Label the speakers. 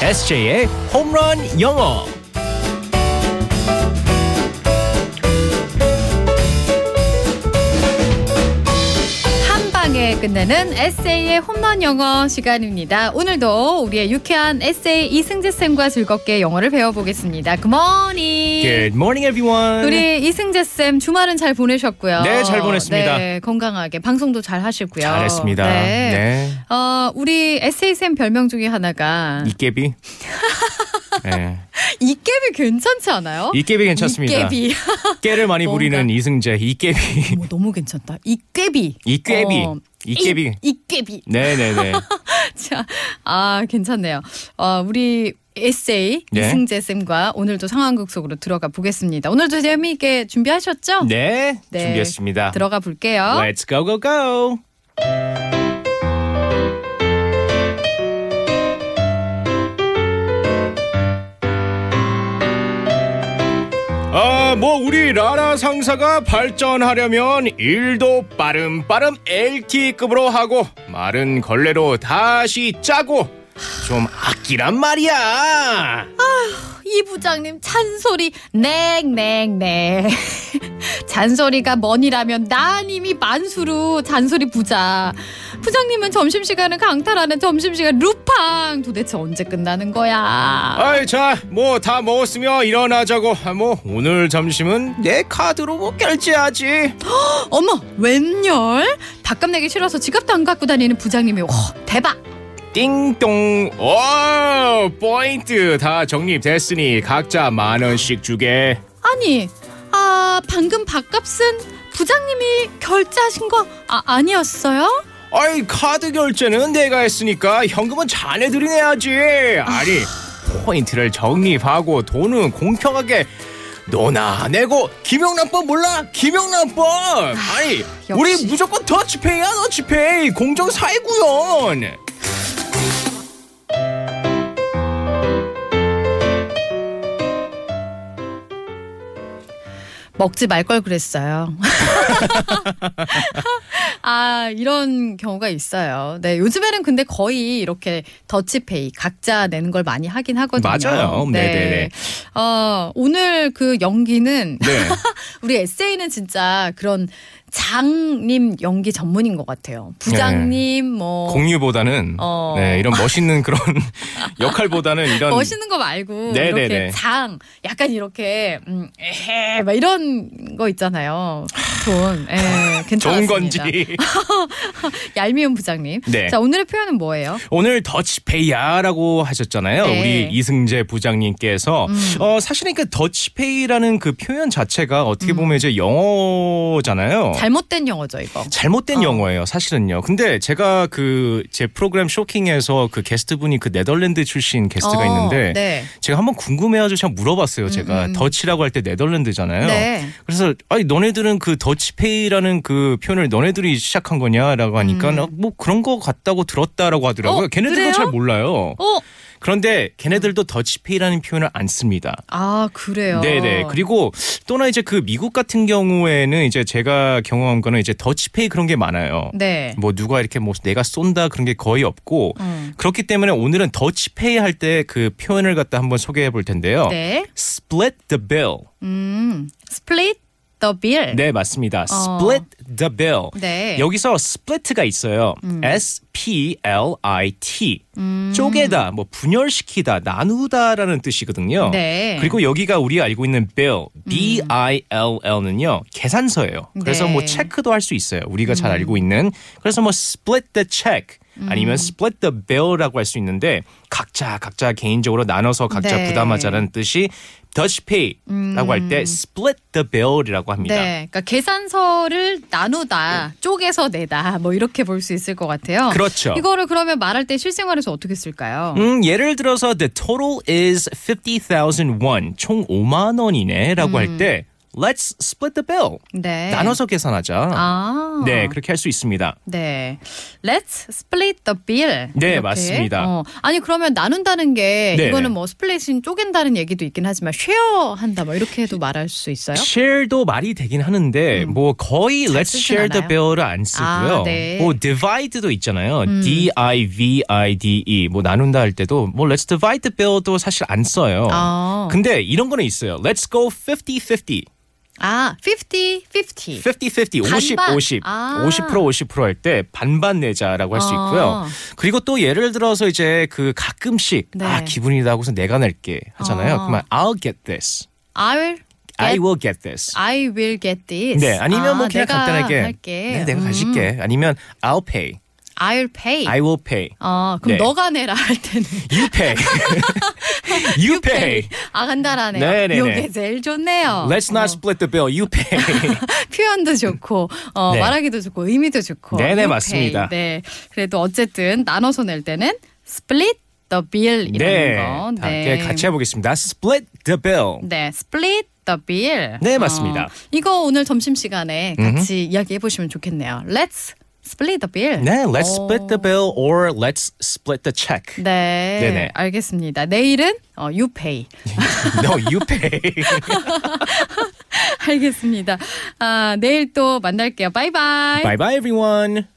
Speaker 1: SJ의 홈런 영어.
Speaker 2: 한 방에 끝내는 에세이의 홈런 영어 시간입니다. 오늘도 우리의 유쾌한 에세이 이승재 쌤과 즐겁게 영어를 배워보겠습니다. 굿모닝.
Speaker 1: Good morning, everyone.
Speaker 2: 예. 우리 이승재 쌤 주말은 잘 보내셨고요.
Speaker 1: 네, 잘 보냈습니다.
Speaker 2: 네, 건강하게 방송도 잘 하시고요.
Speaker 1: 잘했습니다.
Speaker 2: 네.
Speaker 1: 네.
Speaker 2: 어, 우리 에세이 쌤 별명 중에 하나가
Speaker 1: 이깨비. 네.
Speaker 2: 이깨비 괜찮지 않아요?
Speaker 1: 이깨비 괜찮습니다.
Speaker 2: 이깨비.
Speaker 1: 깨를 많이
Speaker 2: 뭔가-
Speaker 1: 부리는 이승재 이깨비.
Speaker 2: 어머, 너무 괜찮다. 이깨비.
Speaker 1: 이깨비.
Speaker 2: 어,
Speaker 1: 이깨비.
Speaker 2: 이- 이깨비.
Speaker 1: 네네네.
Speaker 2: 자, 아 괜찮네요. 어, 우리 에세이
Speaker 1: 네.
Speaker 2: 이승재 쌤과 오늘도 상황극 속으로 들어가 보겠습니다. 오늘도 재미있게 준비하셨죠?
Speaker 1: 네.
Speaker 2: 네.
Speaker 1: 준비했습니다.
Speaker 2: 들어가 볼게요.
Speaker 1: Let's go go go. 아, 뭐 우리 라라 상사가 발전하려면 일도 빠름 빠름 LTE급으로 하고 마른 걸레로 다시 짜고 좀 아끼란 말이야.
Speaker 2: 이 부장님 잔소리 냉냉냉. 잔소리가 머니라면 나님이 만수루 잔소리 부자. 부장님은 점심시간을 강탈하는 점심시간 루팡. 도대체 언제 끝나는 거야?
Speaker 1: 아이 자뭐 다 먹었으며 일어나자고 아, 뭐 오늘 점심은 내 카드로 뭐 결제하지.
Speaker 2: 어머 웬열? 밥값 내기 싫어서 지갑도 안 갖고 다니는 부장님이 와 대박.
Speaker 1: 띵동 오 포인트 다 적립됐으니 각자 만 원씩 주게
Speaker 2: 아니, 아 방금 밥값은 부장님이 결제하신 거 아, 아니었어요?
Speaker 1: 아이 카드 결제는 내가 했으니까 현금은 자네들이 내야지 아니 포인트를 적립하고 돈은 공평하게 너나 내고 김영란법 몰라 김영란법 아니 우리
Speaker 2: 역시.
Speaker 1: 무조건 더치페이야 더치페이 공정 사회구현 네,
Speaker 2: 먹지 말 걸 그랬어요. 아 이런 경우가 있어요. 네 요즘에는 근데 거의 이렇게 더치페이 각자 내는 걸 많이 하긴 하거든요.
Speaker 1: 맞아요. 네네네.
Speaker 2: 어 오늘 그 연기는
Speaker 1: 네
Speaker 2: 우리 에세이는 진짜 그런 장님 연기 전문인 것 같아요. 부장님 뭐
Speaker 1: 네. 공유보다는
Speaker 2: 어.
Speaker 1: 네 이런 멋있는 그런 역할보다는 이런
Speaker 2: 멋있는 거 말고
Speaker 1: 네네네.
Speaker 2: 이렇게 장 약간 이렇게 음, 에헤 막 이런 거 있잖아요. 돈 예, 괜찮습니다.
Speaker 1: 좋은 건지
Speaker 2: 얄미운 부장님.
Speaker 1: 네.
Speaker 2: 자 오늘의 표현은 뭐예요?
Speaker 1: 오늘 더치페이야라고 하셨잖아요.
Speaker 2: 네. 음.
Speaker 1: 우리 이승재 부장님께서 어, 사실은 그 더치페이라는 그 표현 자체가 어떻게 보면 이제 영어잖아요.
Speaker 2: 음. 잘못된 영어죠 이거.
Speaker 1: 잘못된
Speaker 2: 어.
Speaker 1: 영어예요, 사실은요. 근데 제가 그 제 프로그램 쇼킹에서 그 게스트 분이 그 네덜란드 출신 게스트가
Speaker 2: 어,
Speaker 1: 있는데
Speaker 2: 네.
Speaker 1: 제가 한번 궁금해가지고 제가 물어봤어요. 제가
Speaker 2: 음, 음.
Speaker 1: 더치라고 할 때 네덜란드잖아요.
Speaker 2: 네.
Speaker 1: 그래서 아니 너네들은 그 더치페이라는 그 표현을 너네들이 시작한 거냐라고 하니까
Speaker 2: 음.
Speaker 1: 어, 뭐 그런 거 같다고 들었다라고 하더라고요.
Speaker 2: 어,
Speaker 1: 걔네들도
Speaker 2: 그래요?
Speaker 1: 잘 몰라요.
Speaker 2: 어. 음.
Speaker 1: 그런데 걔네들도 더치페이라는 표현을 안 씁니다.
Speaker 2: 아 그래요.
Speaker 1: 네네. 그리고 또나 이제 그 미국 같은 경우에는 이제 제가 경험한 거는 이제 더치페이 그런 게 많아요.
Speaker 2: 네.
Speaker 1: 뭐 누가 이렇게 뭐 내가 쏜다 그런 게 거의 없고
Speaker 2: 음.
Speaker 1: 그렇기 때문에 오늘은 더치페이 할 때 그 표현을 갖다 한번 소개해 볼 텐데요.
Speaker 2: 네.
Speaker 1: Split the bill.
Speaker 2: 음. Split the bill.
Speaker 1: 네 맞습니다.
Speaker 2: 어.
Speaker 1: Split the bill.
Speaker 2: 네. 음.
Speaker 1: 여기서 split가 있어요. S P L I T. 쪼개다, 뭐 분열시키다, 나누다라는 뜻이거든요.
Speaker 2: 네. 음.
Speaker 1: 그리고 여기가 우리가 알고 있는 bill, B I L L는요 계산서예요. 그래서
Speaker 2: 네. 음.
Speaker 1: 뭐 체크도 할 수 있어요. 우리가 잘 알고 있는. 그래서 뭐 split the check. 아니면 split the bill라고 할 수 있는데 각자 각자 개인적으로 나눠서 각자
Speaker 2: 네. 음.
Speaker 1: 부담하자는 뜻이 Dutch pay라고 할 때 split the bill이라고 합니다.
Speaker 2: 네, 그러니까 계산서를 나누다, 쪼개서 내다, 뭐 이렇게 볼 수 있을 것 같아요.
Speaker 1: 네. 그렇죠.
Speaker 2: 이거를 그러면 말할 때 실생활에서 어떻게 쓸까요?
Speaker 1: 음, 예를 들어서 the total is 50,000 won. 총 5만 원이네라고 할 때 let's split the bill.
Speaker 2: 음. 네.
Speaker 1: 나눠서 계산하자.
Speaker 2: 아.
Speaker 1: 네, 그렇게 할 수 있습니다.
Speaker 2: 네. Let's split the bill.
Speaker 1: 네,
Speaker 2: 이렇게.
Speaker 1: 맞습니다.
Speaker 2: 어. 아니 그러면 나눈다는 게
Speaker 1: 네.
Speaker 2: 이거는 뭐 split인 쪼갠다는 얘기도 있긴 하지만 share 한다 뭐 이렇게도 말할 수 있어요? 음.
Speaker 1: share도 말이 되긴 하는데 뭐 거의 let's
Speaker 2: 쓰진
Speaker 1: share the
Speaker 2: 않아요.
Speaker 1: bill을 안 쓰고요.
Speaker 2: 아, 네. 음.
Speaker 1: 뭐 divide도 있잖아요. D I V I D E 뭐 나눈다 할 때도 뭐 let's divide the bill도 사실 안 써요.
Speaker 2: 아.
Speaker 1: 근데 이런 거는 있어요. let's go 50-50.
Speaker 2: 아, 50 50.
Speaker 1: 50-50, 50,
Speaker 2: 반반.
Speaker 1: 50,
Speaker 2: 아.
Speaker 1: 50% 50%할 때 반반 내자라고 할 수
Speaker 2: 어.
Speaker 1: 있고요. 그리고 또 예를 들어서 이제 그 가끔씩
Speaker 2: 네.
Speaker 1: 아 기분이 나고서 내가 낼게 하잖아요.
Speaker 2: 어.
Speaker 1: 그러면 I'll get this,
Speaker 2: I'll
Speaker 1: I
Speaker 2: get-
Speaker 1: will get this.
Speaker 2: I will get this.
Speaker 1: 네, 아니면
Speaker 2: 아,
Speaker 1: 뭐 그냥
Speaker 2: 내가
Speaker 1: 간단하게
Speaker 2: 할게.
Speaker 1: 네, 내가
Speaker 2: 음,
Speaker 1: 가질게. 아니면 I'll pay,
Speaker 2: I'll pay.
Speaker 1: I will pay,
Speaker 2: 어, 그럼
Speaker 1: 네.
Speaker 2: 너가 내라 할 때는
Speaker 1: you pay, you pay.
Speaker 2: 아 간단하네요.
Speaker 1: 네, 네, 네.
Speaker 2: 요게 제일 좋네요.
Speaker 1: Let's not
Speaker 2: 어,
Speaker 1: split the bill. You pay.
Speaker 2: 표현도 좋고 어,
Speaker 1: 네.
Speaker 2: 말하기도 좋고 의미도 좋고.
Speaker 1: 네, 네,
Speaker 2: You
Speaker 1: 맞습니다.
Speaker 2: pay. 네, 그래도 어쨌든 나눠서 낼 때는 split the bill이라는
Speaker 1: 네,
Speaker 2: 거.
Speaker 1: 다 함께 같이 해보겠습니다. Split the bill.
Speaker 2: 네, split the bill.
Speaker 1: 네, 맞습니다.
Speaker 2: 어, 이거 오늘 점심 시간에 같이 이야기해 보시면 좋겠네요. Let's split the bill.
Speaker 1: 네, let's
Speaker 2: 오.
Speaker 1: split the bill or let's split the check.
Speaker 2: 네,
Speaker 1: 네네.
Speaker 2: 알겠습니다. 내일은 어, you pay.
Speaker 1: no, you pay.
Speaker 2: 알겠습니다. 아, 내일 또 만날게요. 바이바이.
Speaker 1: bye bye, everyone.